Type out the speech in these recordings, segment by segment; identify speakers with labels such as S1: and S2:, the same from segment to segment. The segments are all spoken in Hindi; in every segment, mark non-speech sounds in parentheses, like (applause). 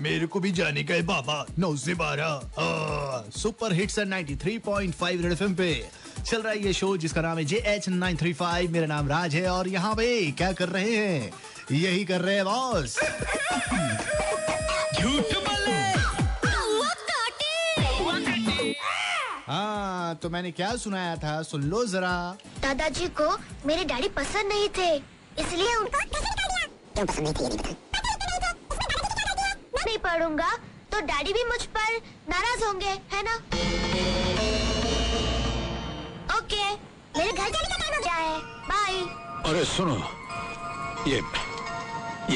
S1: मेरे को भी जाने का है बाबा नौ से बारह
S2: हाँ, सुपर हिट्स 93.5 रेड एफएम पे चल रहा है ये शो जिसका नाम है J H nine three five मेरा नाम राज है और यहाँ पे क्या कर रहे हैं यही कर रहे हैं बॉस
S1: झूठ बोले
S2: हाँ तो मैंने क्या सुनाया था सुन लो जरा
S3: दादाजी को मेरे डैडी पसंद नहीं थे इसलिए उनको पसंद कर दिया क्यों पसंद नहीं थे ये नहीं पता नहीं पढ़ूंगा तो डैडी भी मुझ पर नाराज होंगे है ना ओके मेरे घर जाने का टाइम हो गया है बाय
S4: अरे सुनो ये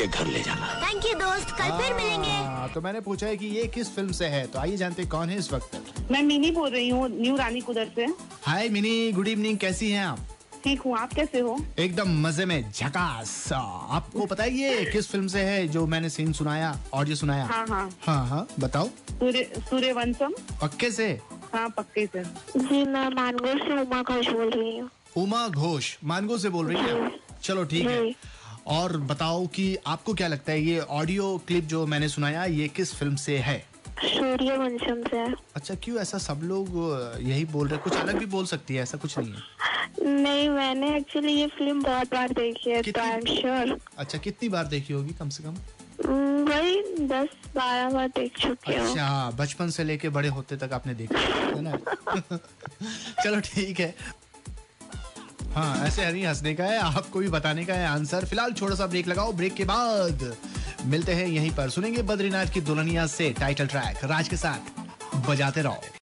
S4: ये घर ले जाना
S3: थैंक यू दोस्त कल फिर मिलेंगे
S2: हाँ, तो मैंने पूछा है कि ये किस फिल्म से है तो आइए जानते हैं कौन है इस वक्त
S5: मैं मिनी बोल रही हूँ न्यू रानी कुदर से
S2: हाय मिनी गुड इवनिंग कैसी हैं आप
S5: ठीक हूँ आप कैसे हो
S2: एकदम मजे में झकास आपको पता है ये किस फिल्म से है जो मैंने सीन सुनाया ऑडियो सुनाया
S5: हाँ, हाँ।
S2: हाँ हाँ बताओ
S5: सूर्य सूर्यवंशम
S2: पक्के से
S5: हाँ पक्के से
S6: जी मैं मानगुर से उमा घोष बोल रही हूँ
S2: उमा घोष मानगो से बोल रही है चलो ठीक है
S6: जी।
S2: और बताओ कि आपको क्या लगता है ये ऑडियो क्लिप जो मैंने सुनाया ये किस फिल्म से है
S6: सूर्यवंशम से
S2: अच्छा क्यों ऐसा सब लोग अ, यही बोल रहे हैं? कुछ अलग भी बोल सकती है ऐसा कुछ नहीं है
S6: नहीं मैंने एक्चुअली ये फिल्म बहुत बार देखी है तो
S2: कितनी?
S6: आई एम श्योर
S2: अच्छा कितनी बार देखी होगी कम से कम
S6: वही दस बारह बार देख चुकी हूँ
S2: अच्छा बचपन से लेके बड़े होते तक आपने देखा है ना (laughs) चलो ठीक है हाँ ऐसे हरी हंसने का है आपको भी बताने का है आंसर फिलहाल छोटा सा ब्रेक लगाओ ब्रेक के बाद मिलते हैं यहीं पर सुनेंगे बद्रीनाथ की दुल्हनिया से टाइटल ट्रैक राज के साथ बजाते रहो